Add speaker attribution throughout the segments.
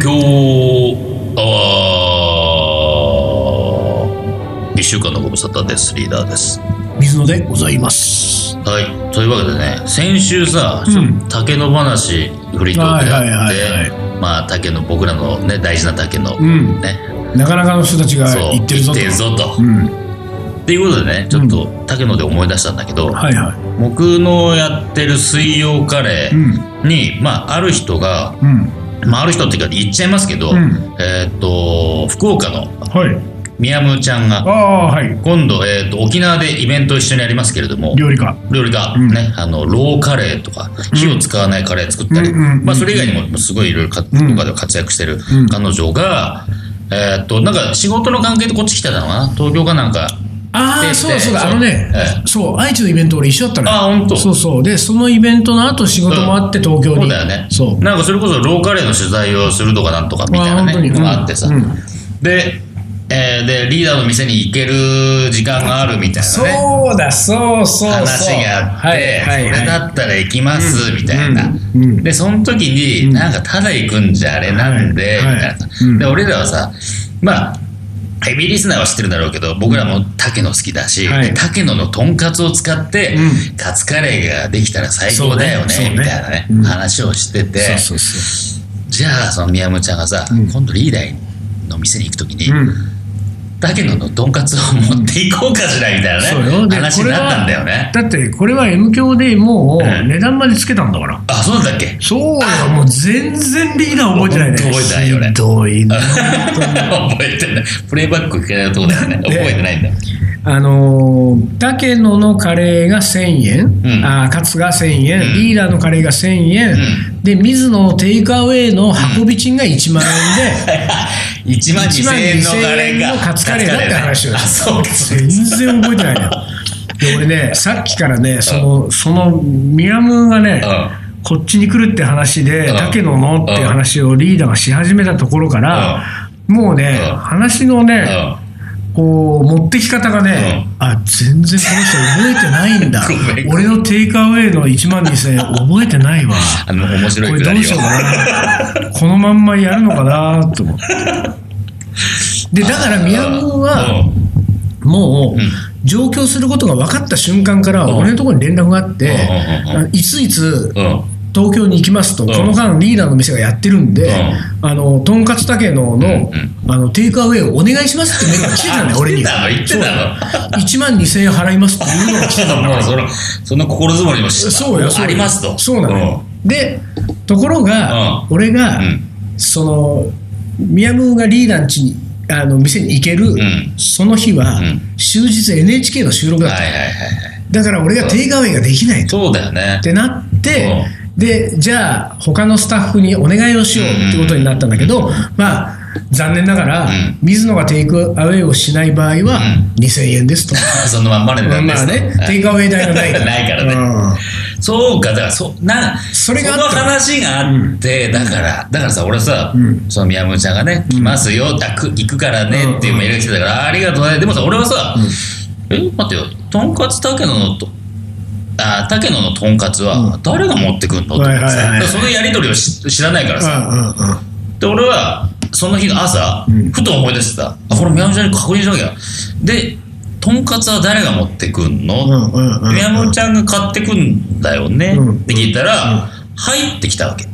Speaker 1: 京アワー1週間のご無沙汰ですリーダーです
Speaker 2: 水野でございます。
Speaker 1: はいというわけでね先週さ、
Speaker 2: うん
Speaker 1: 竹の話フリートークであって、
Speaker 2: はいはい
Speaker 1: まあ竹の僕らのね大事な竹の、
Speaker 2: うん。
Speaker 1: ね
Speaker 2: なかなかの人たちが
Speaker 1: そう
Speaker 2: 言ってるぞと。
Speaker 1: 言ってるぞと、
Speaker 2: うん。
Speaker 1: っていうことでねちょっと竹野で思い出したんだけど、
Speaker 2: はいは
Speaker 1: 僕のやってる水曜カレ
Speaker 2: い。うん。
Speaker 1: ーに、まあある人が
Speaker 2: うん。
Speaker 1: まあある人っていうか言っちゃいますけど、
Speaker 2: うん
Speaker 1: えーっと福岡の
Speaker 2: はい。
Speaker 1: 宮むちゃん
Speaker 2: あ
Speaker 1: が
Speaker 2: あ、はい。
Speaker 1: 今度、えー、と沖縄でイベントを一緒にやりますけれども
Speaker 2: 料理家。
Speaker 1: 料理が、
Speaker 2: うん
Speaker 1: ねあのローカレーとか火を使わないカレー作ったり、
Speaker 2: うんうんうん
Speaker 1: まあ、それ以外にもすごいいろいろか
Speaker 2: うん
Speaker 1: 福岡で活躍してる
Speaker 2: うん
Speaker 1: 彼女が、えー、となんか仕事の関係でこっち来てたのかな東京かなんか
Speaker 2: あ
Speaker 1: で
Speaker 2: あ、そうだそうだ。
Speaker 1: そう
Speaker 2: あのね
Speaker 1: え、
Speaker 2: そう、愛知のイベント俺一緒だったのよ。
Speaker 1: あ本当
Speaker 2: そうそう。で、そのイベントの後仕事もあって東京に。
Speaker 1: そうだよね
Speaker 2: そう。
Speaker 1: なんかそれこそローカレーの取材をするとかなんとかみたいな
Speaker 2: あー本当
Speaker 1: ね
Speaker 2: に
Speaker 1: のがあってさ、
Speaker 2: うん
Speaker 1: で,、えーでリーダーの店に行ける時間があるみたいなね
Speaker 2: そうだ、そうそうそう。
Speaker 1: 話があって、
Speaker 2: はいはい
Speaker 1: それだ
Speaker 2: は
Speaker 1: ったら行きます、みたいな、
Speaker 2: うんうん
Speaker 1: でその時に、
Speaker 2: うん
Speaker 1: なんかただ行くんじゃあれなんで、
Speaker 2: はい
Speaker 1: みたいな、
Speaker 2: うん
Speaker 1: で俺らはさまあヘビーリスナーは知ってるんだろうけど僕らも竹野好きだし、
Speaker 2: はい
Speaker 1: 竹野のとんかつを使って、
Speaker 2: う
Speaker 1: カツカレーができたら最高だよね
Speaker 2: そうねそうね
Speaker 1: みたいなね、
Speaker 2: うん
Speaker 1: 話をしてて
Speaker 2: い。そうそうそ
Speaker 1: じゃあその宮本ちゃんがさ、
Speaker 2: うん
Speaker 1: 今度リーダーの店に行く時に、
Speaker 2: う。うん。
Speaker 1: 竹野のとんかつを持っていこうかしらみたい
Speaker 2: そう
Speaker 1: な
Speaker 2: よ。
Speaker 1: ね
Speaker 2: で
Speaker 1: 話になったんだよね
Speaker 2: これはだって、これは M 教でもう
Speaker 1: ええ
Speaker 2: 値段までつけたんだから。
Speaker 1: あそうだっけ
Speaker 2: そうよ、もう全然リーダー覚えてないね。
Speaker 1: 本当覚えてないよね
Speaker 2: ひどいな。
Speaker 1: 覚えてない。プレイバック聞けないとこだよね。
Speaker 2: で
Speaker 1: 覚えてないんだよ。
Speaker 2: あのー、竹野のカレーが1000円、
Speaker 1: うん
Speaker 2: あーカツが1000円、
Speaker 1: うん
Speaker 2: リーダーのカレーが1000円、で、水野のテイクアウェイの運び賃が1万円で、
Speaker 1: 1万2000円のカレー
Speaker 2: 12000
Speaker 1: か。
Speaker 2: のカツカレーだって話を
Speaker 1: あ、そうか。
Speaker 2: 全然覚えてないのよ。で、俺ね、さっきからね、その、その、ミヤムがね、
Speaker 1: う
Speaker 2: こっちに来るって話で、
Speaker 1: うん
Speaker 2: 竹野のっていう話をリーダーがし始めたところから、もうね、
Speaker 1: うん
Speaker 2: 話のね、
Speaker 1: ん。
Speaker 2: こう、持ってき方がね、あ、全然この人覚えてないんだ
Speaker 1: ごめん。
Speaker 2: 俺のテイクアウェイの1万2000円覚えてないわ。
Speaker 1: あの、面
Speaker 2: こ
Speaker 1: 白い
Speaker 2: れ
Speaker 1: く
Speaker 2: ど
Speaker 1: だ
Speaker 2: う
Speaker 1: り
Speaker 2: し
Speaker 1: を
Speaker 2: よう。かな。このまんまやるのかなと思って。で、だから宮本は、もう
Speaker 1: うん、
Speaker 2: 上京することが分かった瞬間から、
Speaker 1: うん
Speaker 2: 俺のところに連絡があって
Speaker 1: うんうんうん、
Speaker 2: いついつ
Speaker 1: うん、うん。
Speaker 2: 東京に行きますと、
Speaker 1: うん
Speaker 2: この間リーダーの店がやってるんで、あのとんかつたけのの,、
Speaker 1: うん
Speaker 2: あのテイクアウェイをお願いしますってメールが来てたんだよ俺に
Speaker 1: 来てたの 言ってた
Speaker 2: 1万2000円払いますっていうのが来てたんだ
Speaker 1: の
Speaker 2: か
Speaker 1: もう
Speaker 2: ら
Speaker 1: その、その心づもりも し
Speaker 2: そうよそうよ
Speaker 1: ありますと。
Speaker 2: そうなのよでところが、
Speaker 1: うん
Speaker 2: 俺が、
Speaker 1: うん
Speaker 2: その宮本がリーダーの家にあの店に行ける、
Speaker 1: ん
Speaker 2: その日は、
Speaker 1: うん
Speaker 2: 終日 NHK の収録
Speaker 1: うん。
Speaker 2: だっ
Speaker 1: は
Speaker 2: た、
Speaker 1: いはいはいはい。
Speaker 2: だから俺がテイクアウェイができないと
Speaker 1: そうだよね
Speaker 2: っ。てなって、でじゃあ他のスタッフにお願いをしようってことになったんだけど、まあ残念ながら、
Speaker 1: うん
Speaker 2: 水野がテイクアウェイをしない場合は
Speaker 1: う
Speaker 2: 2000円ですと、
Speaker 1: そのまん までなんで
Speaker 2: まあ
Speaker 1: すと
Speaker 2: ね
Speaker 1: はい
Speaker 2: テイクアウェイ代がないから
Speaker 1: ないからね
Speaker 2: うん
Speaker 1: そうか、だからそ、な、
Speaker 2: それがあ
Speaker 1: の
Speaker 2: った
Speaker 1: 話があって、だから、だからさ、俺さ、
Speaker 2: うん
Speaker 1: その宮本ちゃんがね、来ますよ、あく行くからねっていうメールが来てたから、ありがとうね。でもさ、俺はさ、え、待ってよ、とんかつ竹野のと、あ、竹野のとんかつは、誰が持ってくんのって
Speaker 2: はいはいはい
Speaker 1: だからそのやりとりをし知らないからさ、
Speaker 2: う
Speaker 1: で、俺は、その日の朝、
Speaker 2: うん
Speaker 1: ふと思い出してた、あ、これ宮本ちゃんに確認しなきゃ。で、とんかつは誰が持ってくんの、
Speaker 2: んうんうんうんうん
Speaker 1: 宮本ちゃんが買ってくんだよね
Speaker 2: うん
Speaker 1: って聞いた
Speaker 2: うん
Speaker 1: ら、入ってきたわけ。だ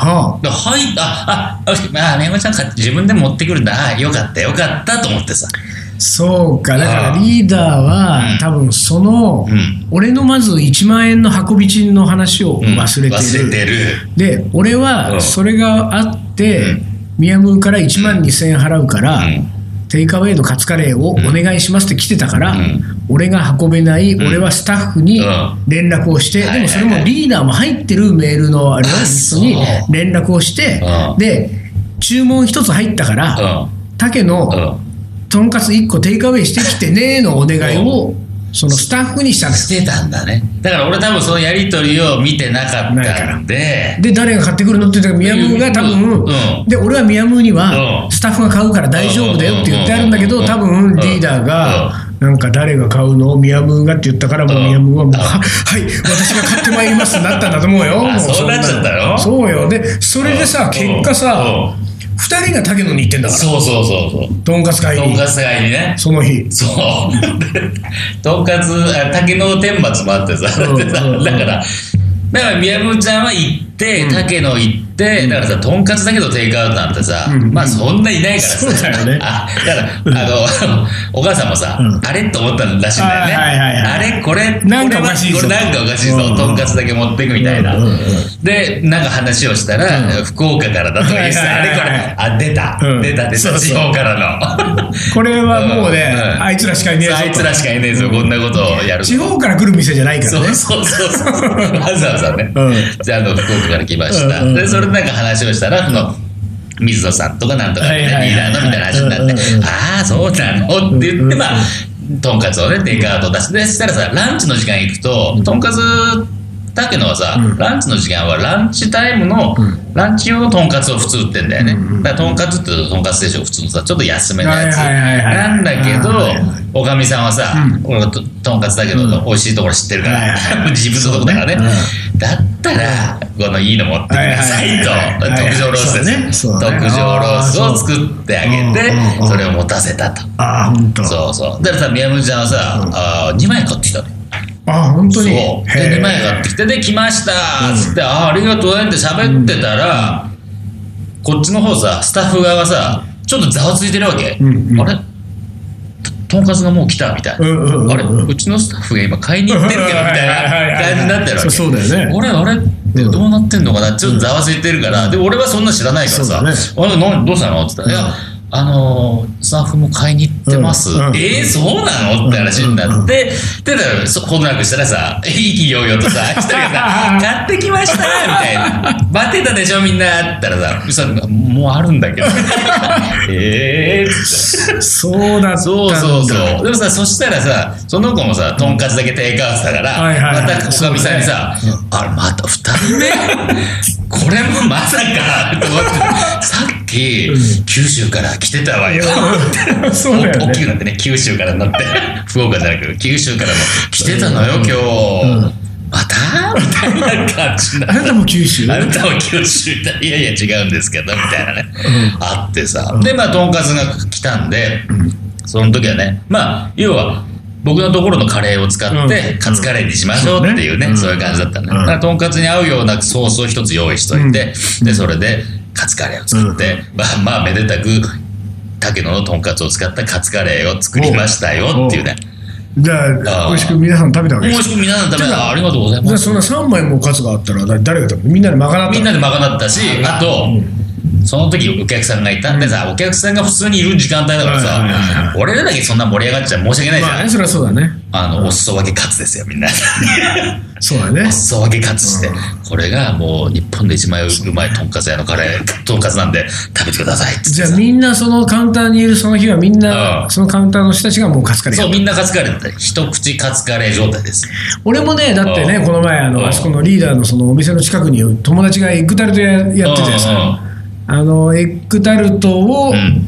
Speaker 1: か
Speaker 2: は
Speaker 1: ら入っあ、あ、あ、あ宮本ちゃん買って自分で持ってくるんだ。あよかった、よかったと思ってさ。
Speaker 2: あそうかだか
Speaker 1: ああ
Speaker 2: らリーダーは、
Speaker 1: うん
Speaker 2: 多分その、
Speaker 1: うん
Speaker 2: 俺のまず1万円の運び賃の話を
Speaker 1: うん
Speaker 2: 忘れてる、
Speaker 1: 忘れてる。
Speaker 2: で俺
Speaker 1: う
Speaker 2: は
Speaker 1: ん
Speaker 2: それがあって、
Speaker 1: うん
Speaker 2: ミヤムーから1万2000円払うから、
Speaker 1: うん
Speaker 2: テイクアウェイのカツカレーをお願いしますって来てたから、
Speaker 1: うん
Speaker 2: 俺が運べない、
Speaker 1: ん
Speaker 2: 俺はスタッフに
Speaker 1: うん
Speaker 2: 連絡をして、
Speaker 1: はい
Speaker 2: でもそれもリーダーも入ってるメールのあれを
Speaker 1: あそう
Speaker 2: に連絡をして、
Speaker 1: うん
Speaker 2: で注文一つ入ったから、竹の
Speaker 1: うん。
Speaker 2: とんかつ1個テイクアウェイしてきてねーのお願いを、そのスタッフにしたん
Speaker 1: うん。
Speaker 2: で
Speaker 1: し
Speaker 2: す
Speaker 1: てたんだね。だから俺多分そのやりとりを見てなかったんで、
Speaker 2: で誰が買ってくるのって言ったらミヤムーが多分、
Speaker 1: うん
Speaker 2: で俺はミヤムーに
Speaker 1: う
Speaker 2: は
Speaker 1: ん
Speaker 2: スタッフが買うから大丈夫だよって言ってあるんだけど
Speaker 1: うん
Speaker 2: 多分
Speaker 1: うん
Speaker 2: リーダーがなんか誰が買うのミヤムーがって言ったからもうミヤムーはもうははい私が買ってまいりますってなったんだと思うよも
Speaker 1: そうなっちゃったの
Speaker 2: そうよでそれでさ結果さ
Speaker 1: うん
Speaker 2: 2人が竹野に行ってんだから
Speaker 1: そうそうそうそう
Speaker 2: とんかつ会
Speaker 1: とん
Speaker 2: に
Speaker 1: かつ街にね
Speaker 2: その日
Speaker 1: そうとんかつあ竹の天罰もあってさ
Speaker 2: うん
Speaker 1: でさ
Speaker 2: うん
Speaker 1: だからだから宮本ちゃんは行って竹野行ってだからさとんかつだけどテイクアウトなんてさ
Speaker 2: うん
Speaker 1: まあそんないないからさ
Speaker 2: そうだよね
Speaker 1: あだからあの お母さんもさ
Speaker 2: うん
Speaker 1: あれと思ったらしいんだよね
Speaker 2: はいはいはい
Speaker 1: あれこれ
Speaker 2: なんかおかしいぞ
Speaker 1: これはこれなんかおかしいぞ
Speaker 2: うん
Speaker 1: とんかつだけ持ってくみたいな
Speaker 2: うんうんうん
Speaker 1: でなんか話をしたら福岡からだとか言ってさあ
Speaker 2: はい
Speaker 1: れ
Speaker 2: はい
Speaker 1: こ
Speaker 2: はい
Speaker 1: れ
Speaker 2: はい
Speaker 1: あ出た
Speaker 2: うん
Speaker 1: 出た出
Speaker 2: そうそ
Speaker 1: た
Speaker 2: う
Speaker 1: 地方からの
Speaker 2: これはもうね
Speaker 1: うんうん
Speaker 2: あいつらしかいねえぞ
Speaker 1: あいつらしかいねえぞ、こんなことをやるの
Speaker 2: 地方から来る店じゃないから
Speaker 1: そう
Speaker 2: ね
Speaker 1: そうそう そうわざわざね、
Speaker 2: うん
Speaker 1: じゃああの福岡から来ました、
Speaker 2: うんうんうん
Speaker 1: でそれでなんか話をしたらその水野さんとかなんとかってリ
Speaker 2: はいはいはい
Speaker 1: ーダーのみたいな話になって
Speaker 2: うんうんう
Speaker 1: 「ああそうなの?」って言
Speaker 2: うん
Speaker 1: っ
Speaker 2: うんう
Speaker 1: て
Speaker 2: ん
Speaker 1: まあとんかつをねテイクアウト出してでそしたらさランチの時間行くととんかつだけのはさ、
Speaker 2: うん
Speaker 1: ランチの時間はランチタイムの、
Speaker 2: うん
Speaker 1: ランチ用のとんかつを普通売ってんだよね、
Speaker 2: うんうん
Speaker 1: だからとんかつって言うととんかつ定食普通のさちょっと安めのやつ、
Speaker 2: はいはいはいはい
Speaker 1: なんだけど、
Speaker 2: はいはいはい
Speaker 1: おかみさんはさ、
Speaker 2: うん
Speaker 1: 俺はととんかつだけど、
Speaker 2: うん
Speaker 1: 美味しいところ知ってるか
Speaker 2: はい
Speaker 1: ら、
Speaker 2: はい
Speaker 1: 自分のとこだからね、
Speaker 2: う
Speaker 1: だったらこのいいの持ってくださいと、
Speaker 2: はいはいはいはい
Speaker 1: 特上ロースです、
Speaker 2: そうねそうね
Speaker 1: 特上ロースを作ってあげて
Speaker 2: あーそううんうんうん
Speaker 1: それを持たせたと、
Speaker 2: ああ本当
Speaker 1: そうそうだからさ宮本ちゃんはさ、
Speaker 2: うん
Speaker 1: あ2枚買ってきたの
Speaker 2: ああ本当に
Speaker 1: そうで2枚買ってきてで来ました
Speaker 2: うん
Speaker 1: つって、ああありがとうねって喋ってたら、こっちの方さスタッフ側がさちょっとざわついてるわけ、
Speaker 2: うんうん
Speaker 1: あれととんかつがもう来たみたいな、
Speaker 2: うんうんうんうん
Speaker 1: あれうちのスタッフが今買いに行ってるけどみたいな感じになってるわけ
Speaker 2: そうそうだよね
Speaker 1: 俺あれってどうなってんのかなちょっとざわついてるから、で俺はそんな知らないから
Speaker 2: そうだ
Speaker 1: さ「
Speaker 2: ね
Speaker 1: あれなどうしたの?」って言ったら「いやあのースタッフも買いに行ってます」
Speaker 2: うんうん
Speaker 1: えー、そうなの?」って話になって、でだからそほどなくしたらさ意気揚々とさ一人がさ「買ってきました」みたいな「待ってたでしょみんな」って言ったらさ「嘘もうあるんだけど」ええー」って。
Speaker 2: そうだったんだ
Speaker 1: そうそうそう。でもさ、そしたらさ、その子もさ、とんかつだけテイクアウトだから、
Speaker 2: はいはいはい
Speaker 1: またおかみさんにさ、
Speaker 2: そうね
Speaker 1: あれ、また二人目これもまさかと思って、さっき、
Speaker 2: う
Speaker 1: 九州から来てたわよ。
Speaker 2: そうだよ
Speaker 1: 大き
Speaker 2: ね
Speaker 1: くなってね、九州からに なって、福岡じゃなく、九州からも来てたのよ、今日。
Speaker 2: うん
Speaker 1: またみたいな感じにな
Speaker 2: あ
Speaker 1: って
Speaker 2: なたも九州
Speaker 1: あなたは九州みたいないやいや違うんですけどみたいなね、あってさでまあとんかつが来たんで、その時はねまあ要は僕のところのカレーを使って、
Speaker 2: うん
Speaker 1: カツカレーにしましょうっていうね、
Speaker 2: うん
Speaker 1: そういう感じだったね、
Speaker 2: うん
Speaker 1: だからとんかつに合うようなソースを一つ用意しといて、でそれでカツカレーを作って、まあまあめでたく竹野のとんかつを使ったカツカレーを作りましたよっていうね
Speaker 2: じゃあ美味しく皆さん食べたわけ
Speaker 1: も
Speaker 2: です
Speaker 1: しく皆さんのため
Speaker 2: じゃ
Speaker 1: に
Speaker 2: あ
Speaker 1: ありがとうござい
Speaker 2: じゃ
Speaker 1: ま
Speaker 2: あ
Speaker 1: す
Speaker 2: そんな3枚もカツがあったらだ誰が食べるみんなで賄った
Speaker 1: みんなで賄ったしあと、その時お客さんがいたんでさ、お客さんが普通にいる時間帯だから
Speaker 2: はいはいはい
Speaker 1: さ、俺らだけそんな盛り上がっちゃ申し訳ないじゃん。
Speaker 2: まあねそれはそうだね
Speaker 1: あの、お裾分けカツですよ、みんな。
Speaker 2: そうだ
Speaker 1: お
Speaker 2: ね
Speaker 1: 裾分けカツして、
Speaker 2: うん
Speaker 1: これがもう日本で一番うまいとんかつ屋のカレー、とんかつなんで食べてくださいっつって
Speaker 2: じゃ
Speaker 1: さ
Speaker 2: あみんなそのカウンターにいるその日はみん
Speaker 1: う
Speaker 2: なんそのカウンターの人たちがもうカツカレー
Speaker 1: そ
Speaker 2: や
Speaker 1: う、
Speaker 2: る
Speaker 1: みんなカツカレーだった一口カツカレー状態です。
Speaker 2: 俺もねだって
Speaker 1: う
Speaker 2: ね
Speaker 1: ん
Speaker 2: この前あ
Speaker 1: うん
Speaker 2: のあそこのリーダーのそのお店の近くに友達がエッグタルトやってて
Speaker 1: うんうん
Speaker 2: さあのエッグタルトを
Speaker 1: うん。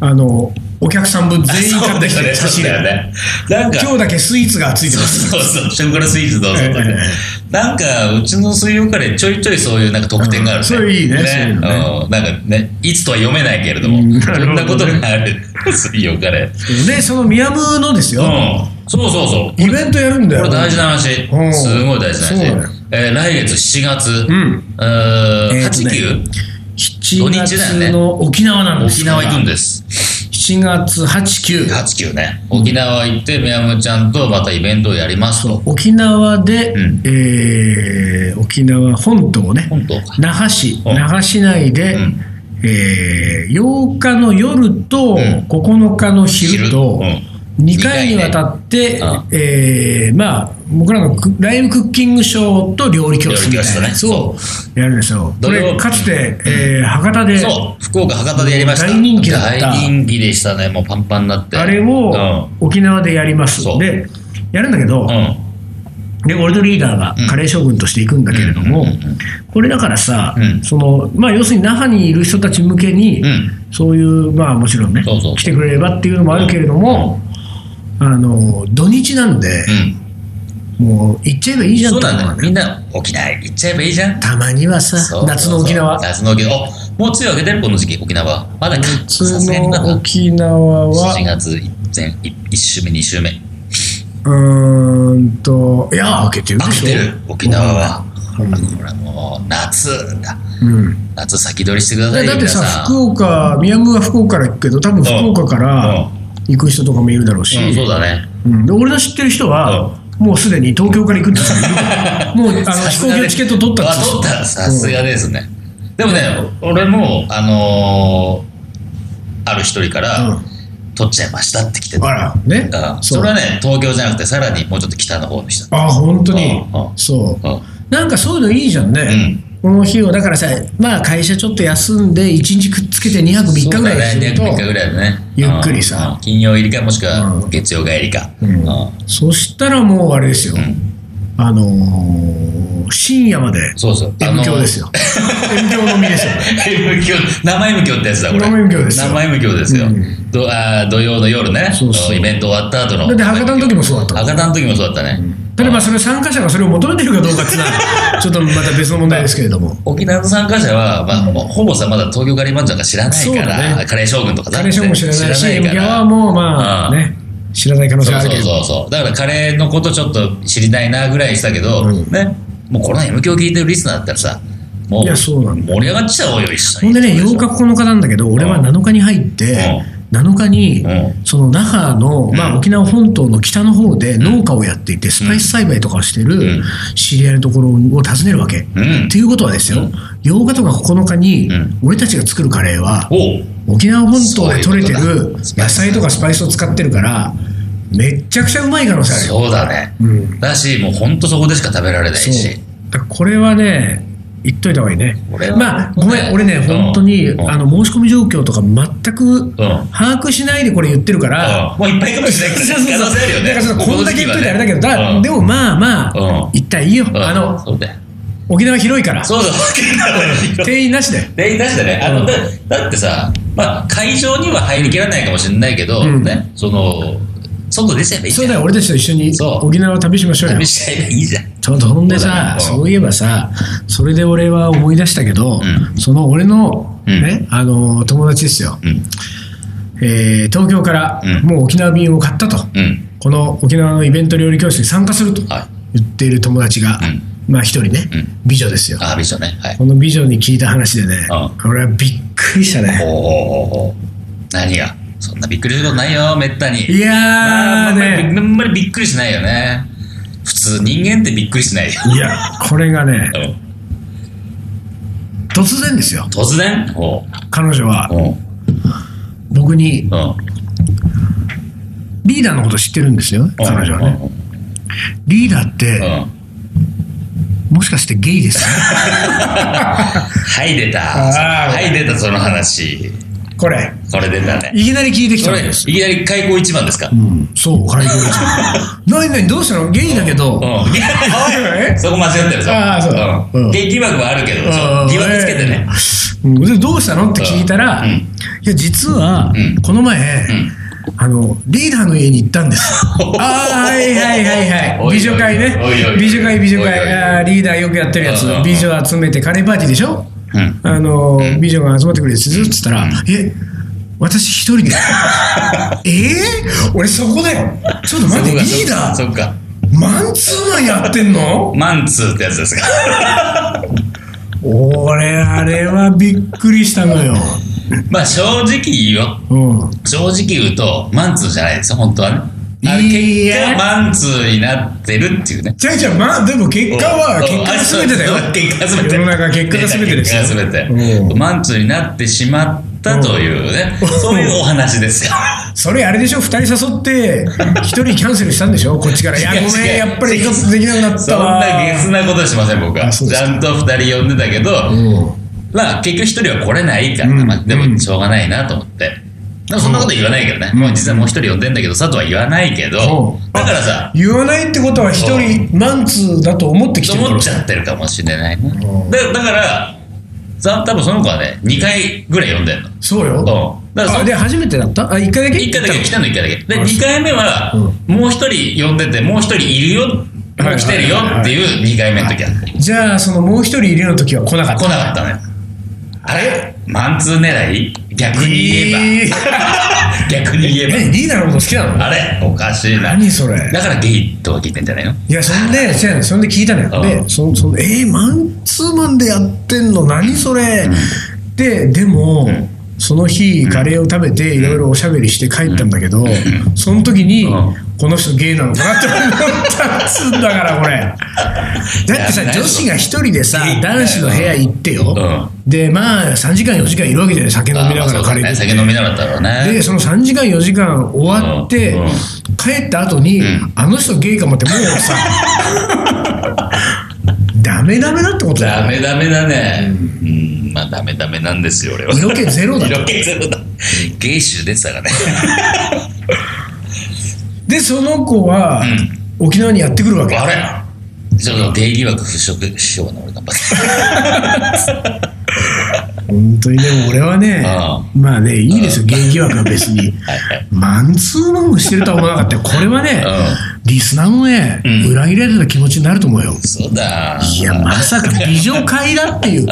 Speaker 2: あのお客さん分全員買ってき
Speaker 1: そうだ
Speaker 2: て
Speaker 1: よね
Speaker 2: 差し
Speaker 1: そ
Speaker 2: 入
Speaker 1: うだよ
Speaker 2: れ
Speaker 1: ね。なんか、
Speaker 2: 今日だけスイーツがついてます
Speaker 1: そうそう、ショコラスイーツどうぞとか
Speaker 2: え
Speaker 1: ね。なんか、うちの水曜カレー、ちょいちょいそういうなんか特典があるね。
Speaker 2: うんそういういいねそういうのね
Speaker 1: うんなんかね、いつとは読めないけれども、
Speaker 2: うん
Speaker 1: そんなことがある、水曜カレー。
Speaker 2: でそのミヤムのですよ、
Speaker 1: うん。そうそうそう。
Speaker 2: イベントやるんだ
Speaker 1: こ
Speaker 2: よ
Speaker 1: れ大事な話
Speaker 2: う。ん
Speaker 1: すごい大事な
Speaker 2: そうだよ
Speaker 1: 話。えー来月7月、
Speaker 2: うん
Speaker 1: えー
Speaker 2: えーとね
Speaker 1: 8、土
Speaker 2: 7
Speaker 1: 日だよね
Speaker 2: 月の沖縄なん
Speaker 1: 9?
Speaker 2: です
Speaker 1: 沖縄行くん
Speaker 2: だ
Speaker 1: です。
Speaker 2: 7月89
Speaker 1: 8、9ね。沖縄行って、みやむちゃんとまたイベントをやりますと。
Speaker 2: 沖縄で、
Speaker 1: うん
Speaker 2: えー沖縄本島ね
Speaker 1: 本当か。
Speaker 2: 那覇市
Speaker 1: うん
Speaker 2: 那覇市内で、
Speaker 1: うん
Speaker 2: えー8日の夜と
Speaker 1: ん
Speaker 2: 9日の昼と、
Speaker 1: 昼
Speaker 2: 2回にわたって、
Speaker 1: 二回ね
Speaker 2: えーまあ僕らのクライブクッキングショーと料理教室みたいなやつ
Speaker 1: 料理
Speaker 2: を
Speaker 1: 教
Speaker 2: やるんですよ。こ
Speaker 1: 土曜
Speaker 2: れかつて、えー博多で
Speaker 1: そう、福岡博多でやりました。
Speaker 2: 大人気だった
Speaker 1: 大人気でしたね、もうパンパンになって。
Speaker 2: あれを沖縄でやります
Speaker 1: そう
Speaker 2: でやるんだけど
Speaker 1: うん、うん、
Speaker 2: で俺とリーダーが
Speaker 1: うん
Speaker 2: カレー将軍として行くんだけれども
Speaker 1: うんうんうんう
Speaker 2: これだからさ
Speaker 1: うん
Speaker 2: そのまあ要するに那覇にいる人たち向けに
Speaker 1: うん
Speaker 2: そういうまあもちろんね
Speaker 1: そうそう
Speaker 2: 来てくれればっていうのもあるけれどもあの土日なんで、もう行っちゃえばいいじゃん
Speaker 1: そうなん
Speaker 2: と
Speaker 1: だ
Speaker 2: 思
Speaker 1: よ
Speaker 2: うね
Speaker 1: みんな沖縄行っちゃえばいいじゃん
Speaker 2: たまにはさ
Speaker 1: そう
Speaker 2: 夏の沖縄
Speaker 1: そうそう夏の沖縄おもう梅雨明けてるこの時期沖縄まだかさすがに
Speaker 2: 夏
Speaker 1: ま
Speaker 2: の
Speaker 1: だ
Speaker 2: 沖縄
Speaker 1: 7
Speaker 2: は
Speaker 1: 月前1週目2週目
Speaker 2: うーんといや開けてるで
Speaker 1: 開け
Speaker 2: しょ
Speaker 1: てる沖縄は
Speaker 2: うん
Speaker 1: あのほらもう夏だ
Speaker 2: うん、
Speaker 1: 夏先取りしてくださいよ
Speaker 2: だってさ
Speaker 1: 皆ん
Speaker 2: 福岡宮古は福岡から行くけど多分福岡から行く人とかもいるだろうし、
Speaker 1: うん、そうだね。
Speaker 2: うんで俺の知ってる人は、もうすでに東京から行くって人 もいるからもうあの
Speaker 1: さ
Speaker 2: 飛
Speaker 1: す
Speaker 2: 行
Speaker 1: が
Speaker 2: 機
Speaker 1: で
Speaker 2: のチケット取ったっ
Speaker 1: あ
Speaker 2: つ
Speaker 1: 取
Speaker 2: う
Speaker 1: ったさすがですね。でもね、俺も、あのーある一人から、
Speaker 2: うん
Speaker 1: 取っちゃいましたって来てた。
Speaker 2: あらね
Speaker 1: うんそれ
Speaker 2: う
Speaker 1: はね、東京じゃなくて、さらにもうちょっと北の方の人。
Speaker 2: あ本当に
Speaker 1: うんうん
Speaker 2: そう
Speaker 1: うん
Speaker 2: なんかそういうのいいじゃんね、この日をだからさまあ会社ちょっと休んで1日くっつけて2泊3日ぐらいす
Speaker 1: そうだね、
Speaker 2: ると
Speaker 1: 約3日ぐらいだね。
Speaker 2: ゆっくりさ
Speaker 1: うん金曜入りか、もしく
Speaker 2: う
Speaker 1: は
Speaker 2: ん
Speaker 1: 月曜帰りか。
Speaker 2: うん
Speaker 1: うん
Speaker 2: そしたらもうあれですよ、あのー深夜まで
Speaker 1: そうそう。
Speaker 2: M 響ですよ M 響のみ ですよこれ
Speaker 1: M 響生 M 響ってやつだこれ
Speaker 2: 生 M 響ですよ
Speaker 1: 生 M 響ですよ、
Speaker 2: うん
Speaker 1: どあー土曜の夜ね
Speaker 2: そうそう
Speaker 1: イベント終わった後の
Speaker 2: だって博多の時もそうだったもん
Speaker 1: 博多の時もそうだったね、
Speaker 2: ただまあそれ参加者がそれを求めてるかどうかっていうの はちょっとまた別の問題ですけれども
Speaker 1: 沖縄の参加者は、まあ、もうほぼさまだ東京ガリバンジャーが知らな
Speaker 2: そう
Speaker 1: いか
Speaker 2: だ
Speaker 1: ら、
Speaker 2: ね
Speaker 1: カレー将軍とかだ
Speaker 2: カ
Speaker 1: っ
Speaker 2: レ
Speaker 1: て
Speaker 2: ーションも知らないし
Speaker 1: 知ら
Speaker 2: ギ
Speaker 1: か
Speaker 2: ャ
Speaker 1: ら
Speaker 2: はもうまあ
Speaker 1: うん
Speaker 2: ね知らない可能性
Speaker 1: そ
Speaker 2: があ
Speaker 1: う
Speaker 2: るけ
Speaker 1: そ
Speaker 2: れ
Speaker 1: う
Speaker 2: ど
Speaker 1: そうそうだからカレーのことちょっと知りたいなぐらいしたけど、
Speaker 2: うん
Speaker 1: ねもうこの M 響聞いてるリスナーだったらさもう
Speaker 2: いやそうなん
Speaker 1: 盛り上がっちゃおうよ一緒
Speaker 2: ほん
Speaker 1: に
Speaker 2: でね8日9日なんだけど俺は
Speaker 1: うん
Speaker 2: 7日に入って7日に
Speaker 1: う
Speaker 2: その那覇の、ま
Speaker 1: うん
Speaker 2: あ、沖縄本島の北の方で農家をやっていてスパイス栽培とかをしてる
Speaker 1: ん
Speaker 2: 知り合いのところを訪ねるわけ。
Speaker 1: う
Speaker 2: っ
Speaker 1: ん
Speaker 2: ていうことはですよ、8日とか9日に
Speaker 1: うん
Speaker 2: 俺たちが作るカレーは
Speaker 1: おう
Speaker 2: 沖縄本島で取れて
Speaker 1: そういう
Speaker 2: る
Speaker 1: ことだ
Speaker 2: 野菜とかスパイスを使ってるからめっちゃくちゃうまい可能性あるよ。
Speaker 1: そうだね
Speaker 2: うん
Speaker 1: だしもうほんとそこでしか食べられないし
Speaker 2: だからこれはね言っといた方がいいね
Speaker 1: 俺は
Speaker 2: まあごめん俺ね
Speaker 1: うん
Speaker 2: 本当に
Speaker 1: うん
Speaker 2: あの申し込み状況とか全く
Speaker 1: うん
Speaker 2: 把握しないでこれ言ってるから、
Speaker 1: うんもういっぱいかもしれないけど
Speaker 2: そうそうそう
Speaker 1: 可能性あるよね
Speaker 2: だからちょっとこんだけ言っといてあれだけど、だ
Speaker 1: うん
Speaker 2: でもまあま
Speaker 1: う
Speaker 2: あ
Speaker 1: ん、
Speaker 2: 一体いいよ、
Speaker 1: うん
Speaker 2: あの
Speaker 1: そうだよ
Speaker 2: 沖縄広いから、
Speaker 1: そ うだ沖縄
Speaker 2: 定員なしで、
Speaker 1: 全員出してねあ
Speaker 2: う
Speaker 1: の
Speaker 2: ん
Speaker 1: だだってさ、まあ、会場には入りきらないかもしれないけど、
Speaker 2: うん
Speaker 1: ね、その外出ちゃえばいい
Speaker 2: そ
Speaker 1: じ
Speaker 2: うだ
Speaker 1: ゃん
Speaker 2: よ、俺たちと一緒に
Speaker 1: そう
Speaker 2: 沖縄を旅しましょうよ
Speaker 1: 旅。しちゃえばいいじゃん
Speaker 2: ちょっとほんで
Speaker 1: そうだ
Speaker 2: さ
Speaker 1: ね、うん
Speaker 2: そういえばさ、それで俺は思い出したけど、
Speaker 1: う
Speaker 2: その俺の
Speaker 1: うん
Speaker 2: ね、あの友達ですよ、
Speaker 1: うん
Speaker 2: えー東京から
Speaker 1: うん
Speaker 2: もう沖縄便を買ったと、
Speaker 1: うん
Speaker 2: この沖縄のイベント料理教室に参加すると
Speaker 1: はい
Speaker 2: 言っている友達が、
Speaker 1: うん
Speaker 2: まあ一人ね、
Speaker 1: うん
Speaker 2: 美女ですよ。
Speaker 1: ああ美女ねはい
Speaker 2: この美女に聞いた話でね、
Speaker 1: う
Speaker 2: 俺はびっくりしたね。
Speaker 1: おうおうおうおう何がそんなびっくりすることないよめったに
Speaker 2: いや
Speaker 1: あ
Speaker 2: ー
Speaker 1: んまり
Speaker 2: ね、
Speaker 1: あんまりびっくりしないよね普通人間ってびっくりしないよ
Speaker 2: いや、これがね、
Speaker 1: うん
Speaker 2: 突然ですよ、
Speaker 1: 突然おう
Speaker 2: 彼女は
Speaker 1: おう
Speaker 2: 僕に
Speaker 1: うん
Speaker 2: リーダーのこと知ってるんですよ、彼女はね。リーダーっ
Speaker 1: うん
Speaker 2: て、
Speaker 1: うん
Speaker 2: もしかしてゲイですか
Speaker 1: はい出た
Speaker 2: あー
Speaker 1: はい出たその話
Speaker 2: これ、
Speaker 1: これ出たね
Speaker 2: いきなり聞いてき
Speaker 1: そ
Speaker 2: たわ
Speaker 1: れ
Speaker 2: け
Speaker 1: い
Speaker 2: ですよ。
Speaker 1: きなり開口一番ですか
Speaker 2: うん、そう、解放です。何何どうしたのゲイだけど、
Speaker 1: うんいやおいそこ間違ってるぞ。
Speaker 2: あーそうだうん
Speaker 1: んげ疑惑はあるけど、
Speaker 2: うん
Speaker 1: 疑惑つけてね。
Speaker 2: うんでどうしたのって聞いたら、
Speaker 1: うん
Speaker 2: いや実は
Speaker 1: うん
Speaker 2: この前、
Speaker 1: ん
Speaker 2: あのリーダーの家に行ったんです ああはいはいはいはい
Speaker 1: おいおいおい
Speaker 2: 美女会ね
Speaker 1: おいおいおい
Speaker 2: 美女会美女
Speaker 1: おいおいおい
Speaker 2: 会あーリーダーよくやってるやつ
Speaker 1: うんうんうん
Speaker 2: 美女集めてカレーパーティーでしょ
Speaker 1: うん
Speaker 2: あのー美女が集まってくれてずっつったら「え私一人で えー、俺そこだよちょっと待ってリーダ
Speaker 1: そ
Speaker 2: ー
Speaker 1: っか。
Speaker 2: マンツーマンやってんの
Speaker 1: マンツーってやつですか。
Speaker 2: 俺あれはびっくりしたのよ、
Speaker 1: まあ正直言うよ。
Speaker 2: うん、
Speaker 1: 正直言うと、マンツーじゃないですよ、本当はね。あれ
Speaker 2: い
Speaker 1: 結
Speaker 2: や
Speaker 1: 果、マンツーになってるっていうね。
Speaker 2: じゃあじゃあまあでも結果は
Speaker 1: うん
Speaker 2: 結果が全てだよ
Speaker 1: うん 結果が全て。
Speaker 2: 世の中結果が全てですよ
Speaker 1: 結果が全て
Speaker 2: うん
Speaker 1: マンツーになってしまったというね、
Speaker 2: うん
Speaker 1: そういうお話ですよ。
Speaker 2: それあれでしょ2人誘って1人キャンセルしたんでしょこっちからいや
Speaker 1: 違う
Speaker 2: ごめ
Speaker 1: 違
Speaker 2: ん
Speaker 1: う
Speaker 2: やっぱりちょっとできなくなっ
Speaker 1: そ
Speaker 2: た
Speaker 1: ん
Speaker 2: わ
Speaker 1: なゲスなことしません、僕は。
Speaker 2: あそう
Speaker 1: ち
Speaker 2: ですか
Speaker 1: ゃんと2人呼んでたけど、
Speaker 2: うん
Speaker 1: まあ結局一人は来れないから、
Speaker 2: うん
Speaker 1: まあ、で
Speaker 2: うん
Speaker 1: もしょうがないなと思って。でもそんなこと言わないけどね。
Speaker 2: うん
Speaker 1: もう実はもう一人呼んでんだけど、佐藤は言わないけ
Speaker 2: う
Speaker 1: ど、
Speaker 2: ん
Speaker 1: だからさ、
Speaker 2: 言わないってことは1人マンツーだと思ってきてる
Speaker 1: 思っちゃってるかもしれないな。
Speaker 2: ん
Speaker 1: でだから、さ多分その子はね、2回ぐらい呼んでんの。
Speaker 2: そうよ
Speaker 1: うんだから
Speaker 2: あ
Speaker 1: そ
Speaker 2: で初めてだったあ一回だけ
Speaker 1: 1回だけ来たの1回だけで
Speaker 2: あ
Speaker 1: 2回目はもう1人呼んでてもう1人いるよもう来てるよっていう2回目の時は
Speaker 2: じゃあそのもう一人いるの時は来なかっ
Speaker 1: 来
Speaker 2: た
Speaker 1: なかったのよあれマンツー狙い逆に言え
Speaker 2: えー
Speaker 1: ば 逆に言えば
Speaker 2: 何リーダーのこと好きなの
Speaker 1: あれおかしいな
Speaker 2: 何それ
Speaker 1: だからゲイとは聞いてんじゃないの
Speaker 2: いやそんでせやねんそんで聞いたのよ
Speaker 1: う
Speaker 2: で
Speaker 1: ん
Speaker 2: そそのえー、マンツーマンでやってんの何それ、ででも、
Speaker 1: ん
Speaker 2: その日カレーを食べていろいろおしゃべりして帰ったんだけど、その時に、
Speaker 1: うん
Speaker 2: この人ゲイなのかなって思ったっつうんだから これだってさ
Speaker 1: いやない
Speaker 2: 女子が一人でさ
Speaker 1: ゲイ
Speaker 2: 男子の部屋行ってよ、
Speaker 1: うん
Speaker 2: でまあ3時間4時間いるわけじゃない酒飲みながらカレー
Speaker 1: あまあそうだね
Speaker 2: 食って
Speaker 1: 酒飲みながらだろうね
Speaker 2: でその3時間4時間終わって、
Speaker 1: うんうん
Speaker 2: 帰った後に、
Speaker 1: ん
Speaker 2: あの人ゲイかもってもうさ ダメダメだってことだよ
Speaker 1: ダメダメだねうんまあダメダメなんですよ俺は
Speaker 2: 色気ゼロだと
Speaker 1: 色気ゼロだゲイ臭出てたか らね
Speaker 2: でその子は、沖縄にやってくるわけ
Speaker 1: あれちょっとゲイ疑惑払拭しようかな俺頑張って
Speaker 2: 本当にでも俺はねまあねいいですよゲイ疑惑は別 に
Speaker 1: はいはい
Speaker 2: マンツーマンをしてるとは思わなかったよこれはね、
Speaker 1: う
Speaker 2: リスナーもね、
Speaker 1: うん
Speaker 2: 裏切られた気持ちになると思うよ
Speaker 1: そうだ
Speaker 2: いやまさか美女会だっていう
Speaker 1: うん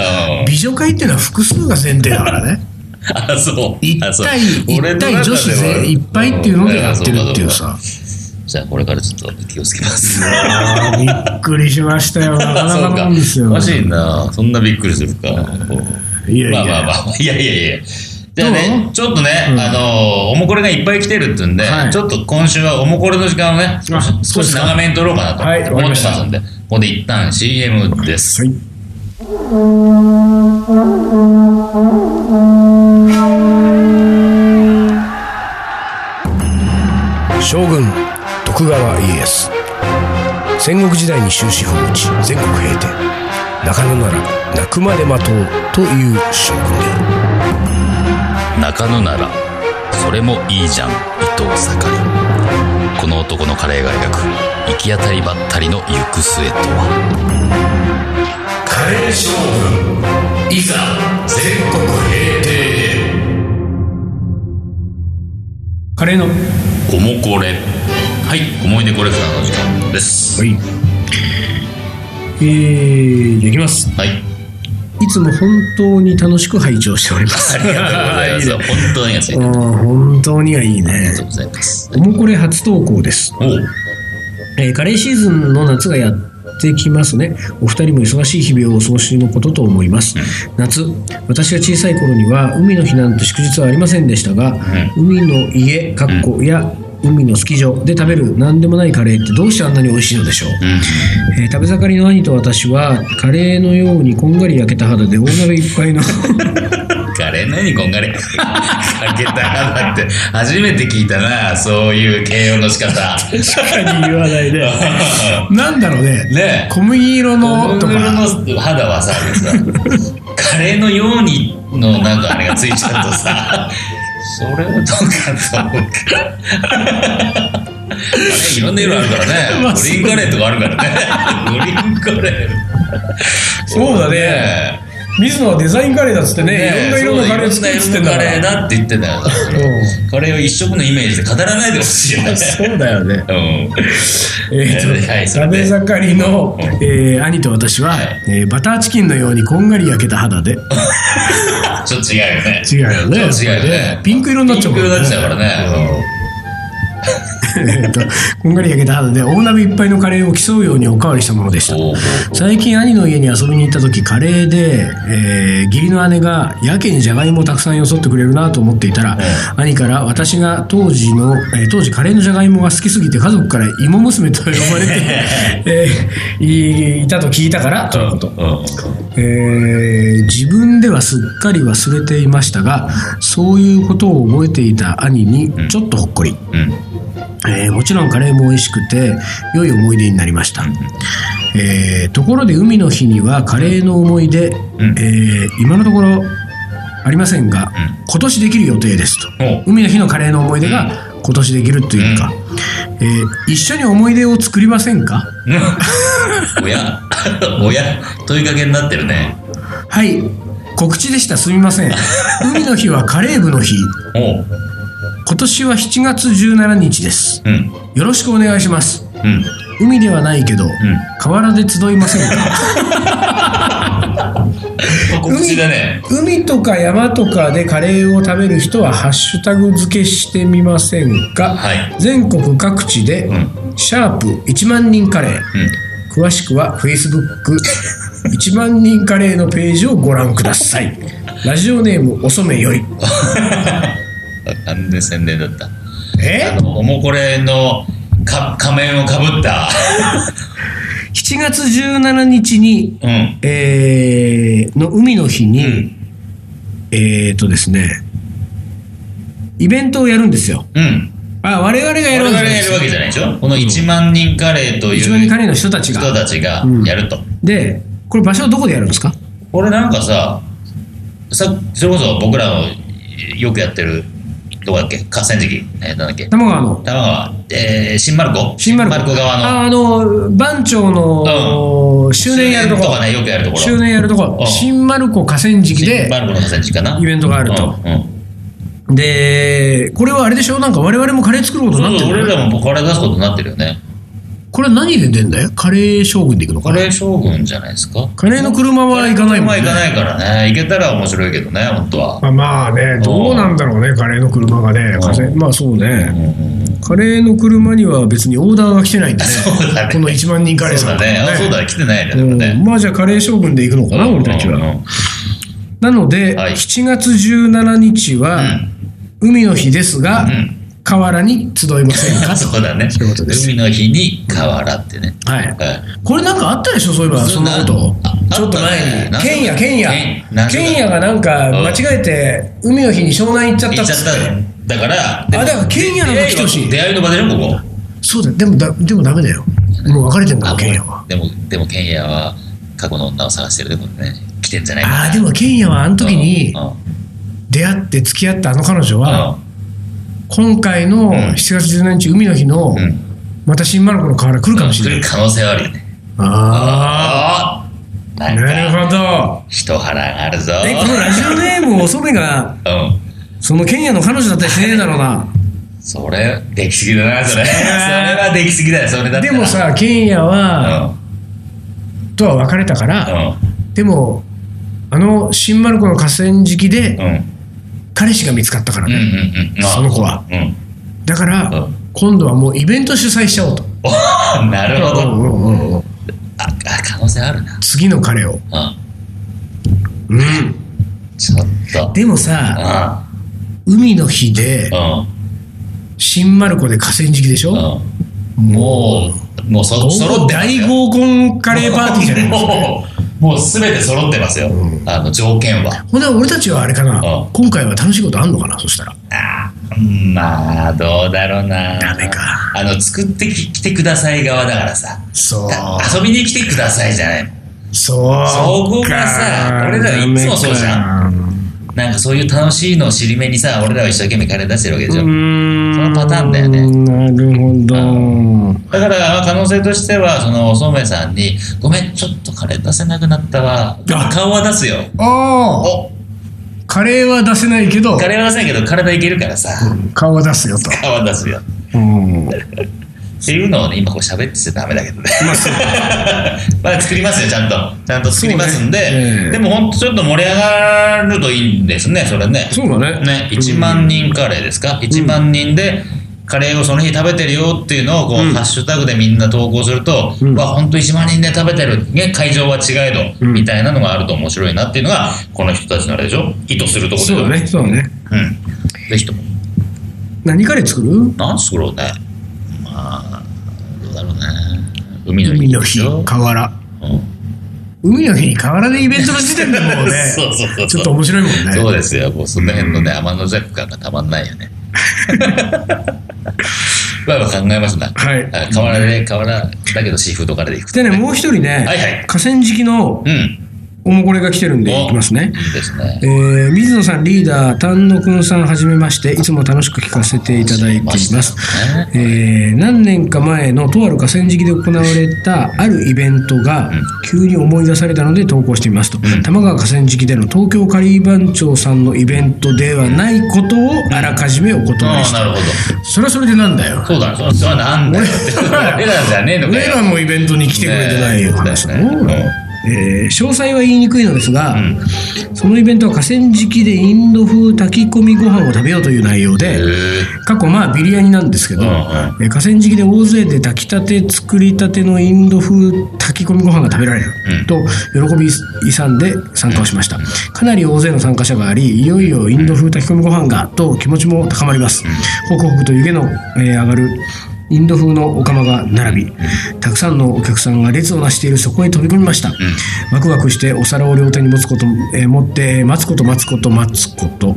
Speaker 2: 美女会っていうのは複数が前提だからね
Speaker 1: あそう
Speaker 2: 一
Speaker 1: あそう
Speaker 2: 対
Speaker 1: 俺
Speaker 2: 一
Speaker 1: の
Speaker 2: 対
Speaker 1: 中で
Speaker 2: 女
Speaker 1: は
Speaker 2: 子全いっぱいっていうのでやってるってい
Speaker 1: ん
Speaker 2: う
Speaker 1: そ
Speaker 2: さ
Speaker 1: かそうかじゃあこれからちょっと気をつけます
Speaker 2: あーびっくりしましたよなかなかなんですよ
Speaker 1: おかしいなそんなびっくりするか
Speaker 2: いやいや
Speaker 1: まあまあまあいやいやいやじゃあ
Speaker 2: ど
Speaker 1: ね
Speaker 2: う
Speaker 1: ちょっとね、
Speaker 2: うん
Speaker 1: あのおもこれがいっぱい来てるってんで、
Speaker 2: はい
Speaker 1: ちょっと今週はおもこれの時間をね
Speaker 2: あそう
Speaker 1: 少
Speaker 2: です
Speaker 1: し
Speaker 2: か
Speaker 1: 長めに取ろうかなと
Speaker 2: はいわか
Speaker 1: 思
Speaker 2: りま
Speaker 1: ってま
Speaker 2: した
Speaker 1: すんで、ここで一旦 CM です、
Speaker 2: はい
Speaker 3: 将軍徳川家康戦国時代に終止符を打ち全国平定中野なら泣くまで待とうという将軍である
Speaker 1: 中野ならそれもいいじゃん伊藤盛りこの男のカレーが描く行き当たりばったりの行く末とは
Speaker 3: カレー将軍いざ全国平定
Speaker 2: カレーの
Speaker 1: おもこれはい思い出コレクターの時間です
Speaker 2: はいえー、できます
Speaker 1: はい
Speaker 2: いつも本当に楽しく拝聴しております
Speaker 1: ありが とうございます本当にありがとうござい
Speaker 2: あ
Speaker 1: ます
Speaker 2: ー本当にはいい
Speaker 1: ありが
Speaker 2: ね
Speaker 1: とうございます
Speaker 2: おもこれ初投稿です
Speaker 1: おう
Speaker 2: えーカレーシーズンの夏がやってきますねお二人も忙しい日々をお過ごしのことと思います、夏私が小さい頃には海の日なんて祝日はありませんでしたが、海の家かっこや、海のスキー場で食べる何でもないカレーってどうしてあんなに美味しいのでしょう、
Speaker 1: うん
Speaker 2: えー食べ盛りの兄と私はカレーのようにこんがり焼けた肌で大鍋いっぱいの
Speaker 1: カレー何こんがりかけたなって初めて聞いたなそういう形容の仕 方
Speaker 2: 言わないで なんだろうね
Speaker 1: ねえ
Speaker 2: 小麦色のと
Speaker 1: ト
Speaker 2: か
Speaker 1: ムの肌はささ カレーのようにのなんかあれがついちゃうとさそれはどうかと思うかあれいろんな色あるからね、
Speaker 2: まあ
Speaker 1: グリーンカレーとかあるからねグリーンカレー
Speaker 2: そうだね水野はデザインカレーだっつってねいろんな色のカレー作るっつってんだか
Speaker 1: いろんな色のカレ
Speaker 2: ら
Speaker 1: ーだって言ってんだよカレーを一色のイメージで語らないでほしいよね
Speaker 2: そうだよね。
Speaker 1: うん
Speaker 2: えーと
Speaker 1: はいそれ
Speaker 2: 食べ
Speaker 1: で
Speaker 2: 盛りの
Speaker 1: うん、
Speaker 2: えー兄と私は、
Speaker 1: はい
Speaker 2: えーバターチキンのようにこんがり焼けた肌で
Speaker 1: ちょっと違うよね
Speaker 2: 違うよね
Speaker 1: ちょ っと違うよね
Speaker 2: ピンク色になっちゃうも
Speaker 1: ピ
Speaker 2: ん
Speaker 1: ン
Speaker 2: ね
Speaker 1: ク色になっちゃうからね、うん
Speaker 2: えーとこんがり焼けた肌で大鍋いっぱいのカレーを競うようにおかわりしたものでした
Speaker 1: おうおう
Speaker 2: 最近兄の家に遊びに行った時カレーで、えー義理の姉がやけにじゃがいもをたくさんよそってくれるなと思っていたら、兄から私が当時の、えー当時カレーのじゃがいもが好きすぎて家族から芋娘と呼ばれて、えーいいたと聞いたからとのこと、えー自分ではすっかり忘れていましたがそういうことを覚えていた兄にちょっとほっこり、
Speaker 1: うん
Speaker 2: えーもちろんカレーも美味しくて良い思い出になりました、えーところで海の日にはカレーの思い出、
Speaker 1: うん
Speaker 2: えー今のところありませんが、今年できる予定ですと
Speaker 1: おう
Speaker 2: 海の日のカレーの思い出が今年できるというか、えー一緒に思い出を作りませんか
Speaker 1: おやおや問いかけになってるね
Speaker 2: はい告知でしたすみま せん海の日はカレー部の日
Speaker 1: おう
Speaker 2: 今年は7月17日です
Speaker 1: うん
Speaker 2: よろしくお願いします
Speaker 1: うん
Speaker 2: 海ではないけど、河原で集いませんか
Speaker 1: 告知だね
Speaker 2: 海とか山とかでカレーを食べる人はハッシュタグ付けしてみませんか、
Speaker 1: はい
Speaker 2: 全国各地で、
Speaker 1: ん
Speaker 2: シャープ1万人カレー
Speaker 1: う
Speaker 2: 詳しくは Facebook1 万人カレーのページをご覧くださいラジオネームおそめより
Speaker 1: ん完全宣伝だった
Speaker 2: え
Speaker 1: あのおもこれのか仮面をかぶった
Speaker 2: 7月17日に、
Speaker 1: うん
Speaker 2: えーの海の日に、
Speaker 1: うん
Speaker 2: えー、とですねイベントをやるがやるんですよ
Speaker 1: うん
Speaker 2: あ我々がや
Speaker 1: 我
Speaker 2: るわ
Speaker 1: 々
Speaker 2: けじゃな
Speaker 1: が
Speaker 2: いで
Speaker 1: や
Speaker 2: す
Speaker 1: るわけじゃないでしょこの1万人カレーという
Speaker 2: 一番にカレーの人たち
Speaker 1: 人
Speaker 2: が
Speaker 1: たちがやると、
Speaker 2: でこれ場所はどこでやるんですか
Speaker 1: これなんかささそれこそ僕らのよくやってるどこだっけ河川敷、えー、なんだっけ
Speaker 2: 玉川の
Speaker 1: 多摩川、えー、新丸子
Speaker 2: 新丸子
Speaker 1: 側の
Speaker 2: ああの番長の周年やると
Speaker 1: と
Speaker 2: こ
Speaker 1: かねよくやるところ
Speaker 2: 周年やるとこ
Speaker 1: うん
Speaker 2: 新丸子河川敷
Speaker 1: 新
Speaker 2: で
Speaker 1: 丸子の河川敷かな
Speaker 2: イベントがあると
Speaker 1: うんうん
Speaker 2: でこれはあれでしょなんか我々もカレー作ることに
Speaker 1: そ
Speaker 2: な
Speaker 1: う
Speaker 2: って
Speaker 1: そう
Speaker 2: る
Speaker 1: 俺
Speaker 2: の
Speaker 1: らもカレー出すことになってるよね
Speaker 2: これは何で出んだよカレー将軍で行くの
Speaker 1: カ
Speaker 2: かな
Speaker 1: レー将軍じゃないですか
Speaker 2: カレーの車は行かないもん
Speaker 1: まあ
Speaker 2: ね
Speaker 1: 行かないからね行けたら面白いけどね本当は、
Speaker 2: まあまあねどうなんだろうねカレーの車がね風邪まあそう
Speaker 1: うん
Speaker 2: ね
Speaker 1: うん
Speaker 2: カレーの車には別にオーダーが来てないんだね
Speaker 1: そうだね
Speaker 2: この1万人カレー
Speaker 1: そう
Speaker 2: さ
Speaker 1: だ
Speaker 2: ん
Speaker 1: ねあそうだね来てないねでも
Speaker 2: う
Speaker 1: ね
Speaker 2: んまあじゃあカレー将軍で行くのかな、俺たちは、
Speaker 1: うんうん
Speaker 2: なので、
Speaker 1: はい
Speaker 2: 7月17日は、海の日ですが、
Speaker 1: ん
Speaker 2: 河原に集いませんか
Speaker 1: そうだね
Speaker 2: そういうことです
Speaker 1: 海の日に河原ってね
Speaker 2: はい
Speaker 1: はい
Speaker 2: これなんかあったでしょそういえばそんなこと
Speaker 1: ああ
Speaker 2: ちょっと前
Speaker 1: あった
Speaker 2: に
Speaker 1: ね
Speaker 2: ケンヤケンヤ
Speaker 1: なんか
Speaker 2: ケンヤがなんか
Speaker 1: うん
Speaker 2: 間違えて海の日に湘南行っちゃった
Speaker 1: 行
Speaker 2: っ
Speaker 1: っちゃ
Speaker 2: つ
Speaker 1: っ
Speaker 2: って
Speaker 1: ただから
Speaker 2: あだからケンヤの方が来てほしい
Speaker 1: 出会いの場でねここ
Speaker 2: そうだよでもだでもダメだよもう別れてんだもんケンヤは
Speaker 1: でもでもケンヤは過去の女を探してるでもね来てんじゃないか
Speaker 2: ああでもケンヤはあの時に
Speaker 1: うんうん
Speaker 2: 出会って付き合ったあの彼女は、
Speaker 1: あ
Speaker 2: 今回の
Speaker 1: ん
Speaker 2: 7月17日海の日の、
Speaker 1: うん
Speaker 2: また新丸子の河原来るかもしれ
Speaker 1: 来
Speaker 2: ない、
Speaker 1: る可能性はあるよね
Speaker 2: あ
Speaker 1: ああ
Speaker 2: あな
Speaker 1: な
Speaker 2: ん
Speaker 1: か
Speaker 2: るほど
Speaker 1: 人腹があるぞ
Speaker 2: えこのラジオネームおそめが
Speaker 1: うん
Speaker 2: そのケンヤの彼女だったりしねえだろうな
Speaker 1: それできすぎだなそれそれ
Speaker 2: は
Speaker 1: はできすぎだよそれだったら
Speaker 2: でもさケンヤ
Speaker 1: うん
Speaker 2: は、とは別れたから、でもあの新丸子の河川敷で
Speaker 1: うんうん
Speaker 2: 彼氏が見つかったから
Speaker 1: うんう
Speaker 2: ね、
Speaker 1: んうん
Speaker 2: その子は
Speaker 1: うん
Speaker 2: だから、
Speaker 1: うん
Speaker 2: 今度はもうイベント主催しちゃおうと、
Speaker 1: おなるほ
Speaker 2: うん
Speaker 1: ど
Speaker 2: うんうんうん
Speaker 1: ああ可能性あるな
Speaker 2: 次の彼をう
Speaker 1: う
Speaker 2: ん
Speaker 1: んちょっと
Speaker 2: でもさ
Speaker 1: う
Speaker 2: 海の日で
Speaker 1: ん
Speaker 2: 新丸子で河川敷でしょ、
Speaker 1: うんうんもうもうそ揃ってます
Speaker 2: 大
Speaker 1: よ
Speaker 2: 合コンカレーパーティーじゃないですか
Speaker 1: もうもう全て揃ってますよ、あの条件は
Speaker 2: ほんで俺たちはあれかな
Speaker 1: うん
Speaker 2: 今回は楽しいことあんのかなそしたら
Speaker 1: あーまあどうだろうな
Speaker 2: ダメか
Speaker 1: あの作ってき来てください側だからさ
Speaker 2: そ
Speaker 1: 遊びに来てくださいじゃない
Speaker 2: そう
Speaker 1: そこがさ俺らいつもそうじゃ
Speaker 2: ん
Speaker 1: なんかそういう楽しいのを尻目にさ俺らは一生懸命金出してるわけでしょ、
Speaker 2: ん
Speaker 1: そのパターンだよね
Speaker 2: なるほど
Speaker 1: だから可能性としてはそのお染めさんに「ごめんちょっと金出せなくなったわ」
Speaker 2: あ
Speaker 1: 顔は出すよ
Speaker 2: ああ
Speaker 1: お
Speaker 2: カレーは出せないけど
Speaker 1: 金は出せないけど体いけるからさ、
Speaker 2: 顔は出すよと
Speaker 1: 顔は出すよ
Speaker 2: うん
Speaker 1: っていうのをね今こう喋ってちゃダメだけどね
Speaker 2: まあそう
Speaker 1: まあ作りますよちゃんとちゃんと作りますんで、
Speaker 2: そうねええ
Speaker 1: でもほんとちょっと盛り上がるといいんですねそれね
Speaker 2: そうだね
Speaker 1: ね1万人カレーですか、1万人でカレーをその日食べてるよっていうのをこう、ハッシュタグでみんな投稿すると、
Speaker 2: うん
Speaker 1: わ本当1万人で食べてる、ね、会場は違えど、
Speaker 2: うん
Speaker 1: みたいなのがあると面白いなっていうのがこの人たちのあれでしょ意図するところでしょ
Speaker 2: そうだねそうだね
Speaker 1: うんぜひとも
Speaker 2: 何カレー作る
Speaker 1: 何作ろうねまあどうだろうね海の日
Speaker 2: 海の日
Speaker 1: でしょ
Speaker 2: 河原
Speaker 1: うん
Speaker 2: 海の日に河原でイベントの時点でもうね
Speaker 1: そうそうそうそう
Speaker 2: ちょっと面白いもんね
Speaker 1: そうですよ、もうその辺のね、天の弱感がたまんないよね。 まあまあ考えますな。
Speaker 2: はい
Speaker 1: あ河原で、河原だけどシーフードカレーでいくと。
Speaker 2: でね、もう一人ね、
Speaker 1: はいはい
Speaker 2: 河川敷の
Speaker 1: うん。
Speaker 2: おもこれが来てるんで、
Speaker 1: お
Speaker 2: いきますね。
Speaker 1: いいですね
Speaker 2: え。ー水野さんリーダー丹野くんさんはじめましていつも楽しく聞かせていただいています、えー何年か前のとある河川敷で行われたあるイベントが急に思い出されたので投稿してみますと、多摩川河川敷での東京カリー番長さんのイベントではないことをあらかじめお断
Speaker 1: あ
Speaker 2: り
Speaker 1: あ、
Speaker 2: し
Speaker 1: な
Speaker 2: た
Speaker 1: るほど。
Speaker 2: それはそれでなんだよ
Speaker 1: そうだ、そうだ、なんだよって。俺らじゃねえのか
Speaker 2: 俺
Speaker 1: よ
Speaker 2: ら。もイベントに来てくれてないよ、
Speaker 1: ね
Speaker 2: 話だよ
Speaker 1: そうだよね
Speaker 2: えー詳細は言いにくいのですが、そのイベントは河川敷でインド風炊き込みご飯を食べようという内容で、
Speaker 1: へえ
Speaker 2: 過去まあビリヤニなんですけど、
Speaker 1: うんうん
Speaker 2: えー河川敷で大勢で炊きたて作りたてのインド風炊き込みご飯が食べられると喜び勇んで参加をしました、かなり大勢の参加者がありいよいよインド風炊き込みご飯がと気持ちも高まります、ホクホクと湯気の、えー上がるインド風のお釜が並びたくさんのお客さんが列をなしているそこへ飛び込みました、ワクワクしてお皿を両手に持つこと、えー持って待つこと待つこと待つこと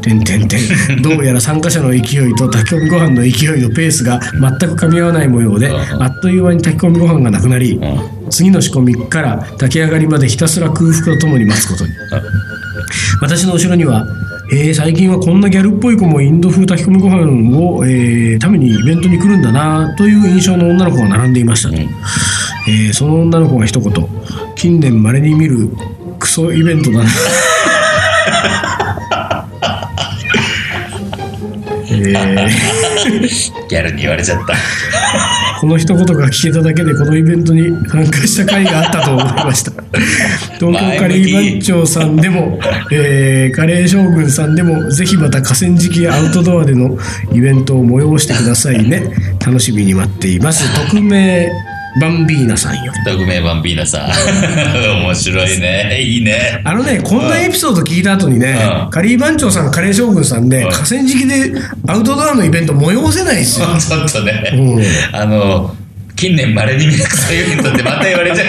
Speaker 2: てんてんてんどうやら参加者の勢いと炊き込みご飯の勢いのペースが全く噛み合わない模様であっという間に炊き込みご飯がなくなり次の仕込みから炊き上がりまでひたすら空腹とともに待つことに私の後ろには、えー最近はこんなギャルっぽい子もインド風炊き込みご飯を、えー食べにイベントに来るんだなという印象の女の子が並んでいましたと、えーその女の子が一言近年まれに見るクソイベントだなえー
Speaker 1: ギャルに言われちゃった。
Speaker 2: この一言が聞けただけでこのイベントに参加した回があったと思いま した東京カレー番長さんでも、えーカレー将軍さんでもぜひまた河川敷やアウトドアでのイベントを催してくださいね楽しみに待っています匿名バンビーナさんよ
Speaker 1: 特命バンビーナさん。 面白いね。いいね。
Speaker 2: あのね、こんなエピソード聞いた後にね
Speaker 1: う、ん
Speaker 2: カリー番長さん、カレー将軍さんで、
Speaker 1: うん
Speaker 2: 河川敷でアウトドアのイベント催せないですよ。
Speaker 1: ちょっとね、
Speaker 2: う
Speaker 1: あの、近年まれに見るクソユニットってまた言われちゃう。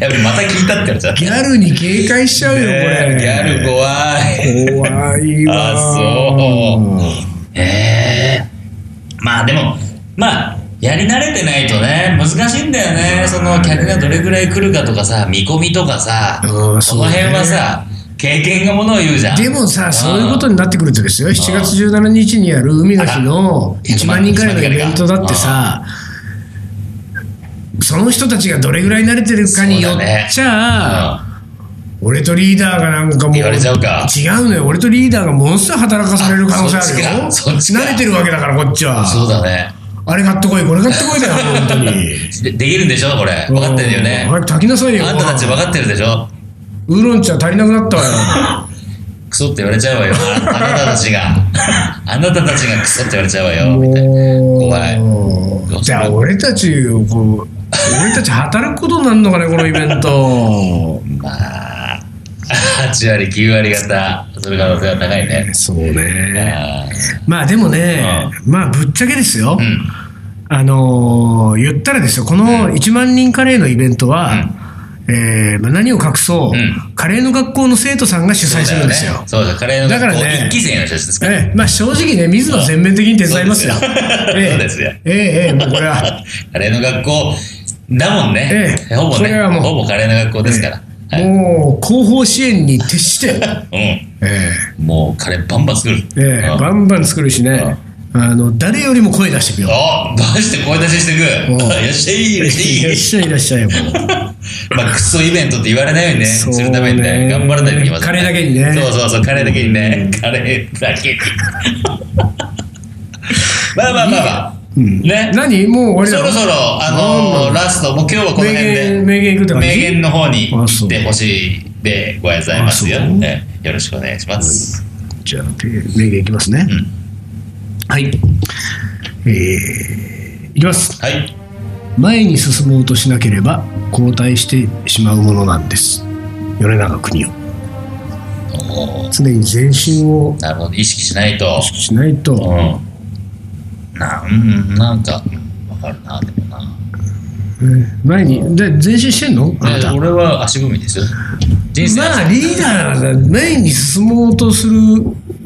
Speaker 1: やべ、また聞いたってやっちゃった。
Speaker 2: ギャルに警戒しちゃうよ、これ。
Speaker 1: ギャル怖い。
Speaker 2: 怖いわ
Speaker 1: あそうええまあでもまあやり慣れてないとね難しいんだよねその客がどれぐらい来るかとかさ見込みとかさ
Speaker 2: うん
Speaker 1: その辺はさ経験がものを言うじゃん
Speaker 2: でもさそういうこと
Speaker 1: に
Speaker 2: になってくるとですよ7月17日にやる海の日の
Speaker 1: あら
Speaker 2: 1万人からのイベントだってさその人たちがどれぐらい慣れてるかによ
Speaker 1: そうだね
Speaker 2: っちゃ、俺とリーダーがなんかもう
Speaker 1: 言われちゃうか
Speaker 2: 違うのよ俺とリーダーがものすごい働かされる可能性あるよ
Speaker 1: あそっちかそっちか
Speaker 2: 慣れてるわけだからこっちは
Speaker 1: そうだね
Speaker 2: あれ買ってこいこれ買ってこいだよ本当に
Speaker 1: でできるんでしょこれ分かってるよね
Speaker 2: うん早く炊きなさいよ
Speaker 1: あんたたち分かってるでしょ
Speaker 2: ウーロン茶足りなくなったわよ
Speaker 1: クソって言われちゃうわよああなたた ちがあなたたちがクソって言われちゃうわよみたいな怖い
Speaker 2: じゃあ俺たちをこう俺たち働くことになるのかねこのイベント
Speaker 1: まあ、8割、9割方、それ可能性は高いね。
Speaker 2: そうね
Speaker 1: あ
Speaker 2: まあでもねまあぶっちゃけですよ、
Speaker 1: ーうん。
Speaker 2: あのー言ったらですよこの1万人カレーのイベントは、えーまあ、何を隠そう、
Speaker 1: うん
Speaker 2: カレーの学校の生徒さんが主催するんですよ
Speaker 1: そうだよね、そうだ、カレーの
Speaker 2: だからね
Speaker 1: 学校一期生の人たちですから。
Speaker 2: ええまあ正直ね、水野は全面的に手伝いますよ。
Speaker 1: そうですよそうですよ
Speaker 2: ええええもうこれは、
Speaker 1: カレーの学校だもんね。
Speaker 2: ええ
Speaker 1: ほぼ
Speaker 2: そ
Speaker 1: ね
Speaker 2: れはもう
Speaker 1: ほぼカレーの学校ですから。
Speaker 2: もう後方支援に徹して、 え
Speaker 1: うん。もうカレーバンバン作る。
Speaker 2: えええ
Speaker 1: うん
Speaker 2: バンバン作るしね、あの誰よりも声出してくよ。
Speaker 1: お出して声出ししていく。
Speaker 2: うん
Speaker 1: いらっしゃい、いらっ
Speaker 2: いらっ
Speaker 1: し
Speaker 2: しゃいいらっしゃいも う
Speaker 1: ゃい。まあ、クソイベントって言われないようにね、
Speaker 2: そうね
Speaker 1: するためにね、頑張らないといけません、
Speaker 2: カレーだけにね
Speaker 1: そうそうそう、カレーだけにね。カレーだけに。 まあまあまあまあ。ね。
Speaker 2: 何もう終
Speaker 1: そ
Speaker 2: わ
Speaker 1: ろ
Speaker 2: りだ
Speaker 1: そろ、あのーラスト、もう今日はこ
Speaker 2: 名
Speaker 1: の辺で
Speaker 2: 言、、名言いくって感じ
Speaker 1: 名言の方に
Speaker 2: あそう
Speaker 1: 行ってほしいでございますよ
Speaker 2: あそ。う
Speaker 1: ねよろしくお願いします。
Speaker 2: じゃあ、名言いきますね。
Speaker 1: ん
Speaker 2: はい。えー、いきます。
Speaker 1: はい。
Speaker 2: 前に進もうとしなければ後退してしまうものなんです米長邦夫
Speaker 1: おー
Speaker 2: 常に前進を
Speaker 1: なるほど、意識しないと
Speaker 2: 意。識しないと、
Speaker 1: うん。な、うん、なんか、うんわかるな、でもな。
Speaker 2: うん前にで前進してんのあな
Speaker 1: え
Speaker 2: た
Speaker 1: 俺は足踏みですよ。人生
Speaker 2: まあリーダーが前に進もうとする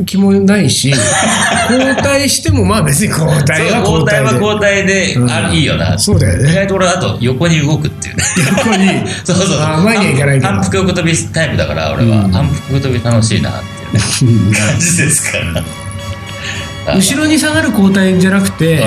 Speaker 2: 気もない し、交代しても、まあ別に交代は
Speaker 1: そ
Speaker 2: 交
Speaker 1: う交
Speaker 2: 代
Speaker 1: 代は
Speaker 2: で。
Speaker 1: 交代で、
Speaker 2: うん
Speaker 1: あいいよな
Speaker 2: そうだよね
Speaker 1: 意外と俺はあと横に動くっていうね
Speaker 2: 横に。
Speaker 1: そうそうそう
Speaker 2: あ前には行かないけど
Speaker 1: 反復横跳びタイプだから俺は、
Speaker 2: うん
Speaker 1: 反復横跳び楽しいなっていうね感じですからあ
Speaker 2: 後ろに下がる交代じゃなくて、
Speaker 1: うん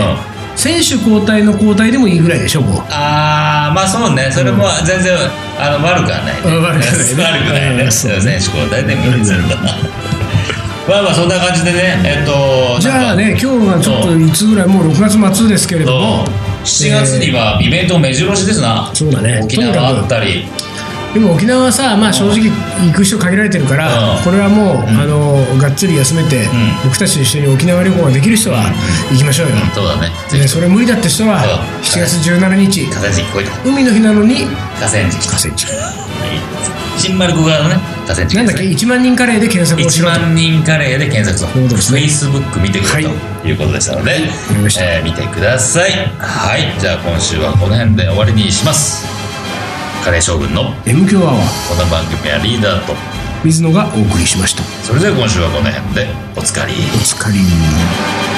Speaker 2: 選手交代の交代でもいいぐらいでしょ、もう。
Speaker 1: あーまあそうねそれも全然、あの悪くはない、
Speaker 2: うん悪くはないね
Speaker 1: 悪くないね
Speaker 2: うん
Speaker 1: 選手交代でもいいですよ
Speaker 2: うん
Speaker 1: まあまあそんな感じでねえっと
Speaker 2: じゃあね、
Speaker 1: なんか
Speaker 2: 今日はちょっといつぐらい、もう6月末ですけれども、
Speaker 1: そう7月にはイベント目白押しですな、
Speaker 2: そうだね
Speaker 1: 沖縄あったり
Speaker 2: でも沖縄はさ、まあ、正直行く人限られてるから、
Speaker 1: うん
Speaker 2: これはもう、
Speaker 1: ん
Speaker 2: あのがっつり休めて、
Speaker 1: ん
Speaker 2: 僕たちと一緒に沖縄旅行ができる人は行きましょうよ、
Speaker 1: そうだねぜ
Speaker 2: で
Speaker 1: ひ
Speaker 2: それ無理だって人は
Speaker 1: うん
Speaker 2: 7月17日、
Speaker 1: 河川敷来いと
Speaker 2: 海の日なのに
Speaker 1: 河川敷
Speaker 3: 河川敷
Speaker 1: 新丸子側のね河川敷
Speaker 2: なんだっけ1万人カレーで検索をし
Speaker 1: 1
Speaker 2: ろと
Speaker 1: 万人カレーで検索と、
Speaker 2: そうですね
Speaker 1: Facebook 見てくれと
Speaker 2: は
Speaker 1: いうことでしたので、
Speaker 2: りました
Speaker 1: えー見てくださいはいじゃあ今週はこの辺で終わりにしますカレー将軍の
Speaker 2: M 強アワー
Speaker 1: この番組はリーダーと
Speaker 2: 水野がお送りしました
Speaker 1: それでは今週はこの辺でおつかり
Speaker 2: お疲れ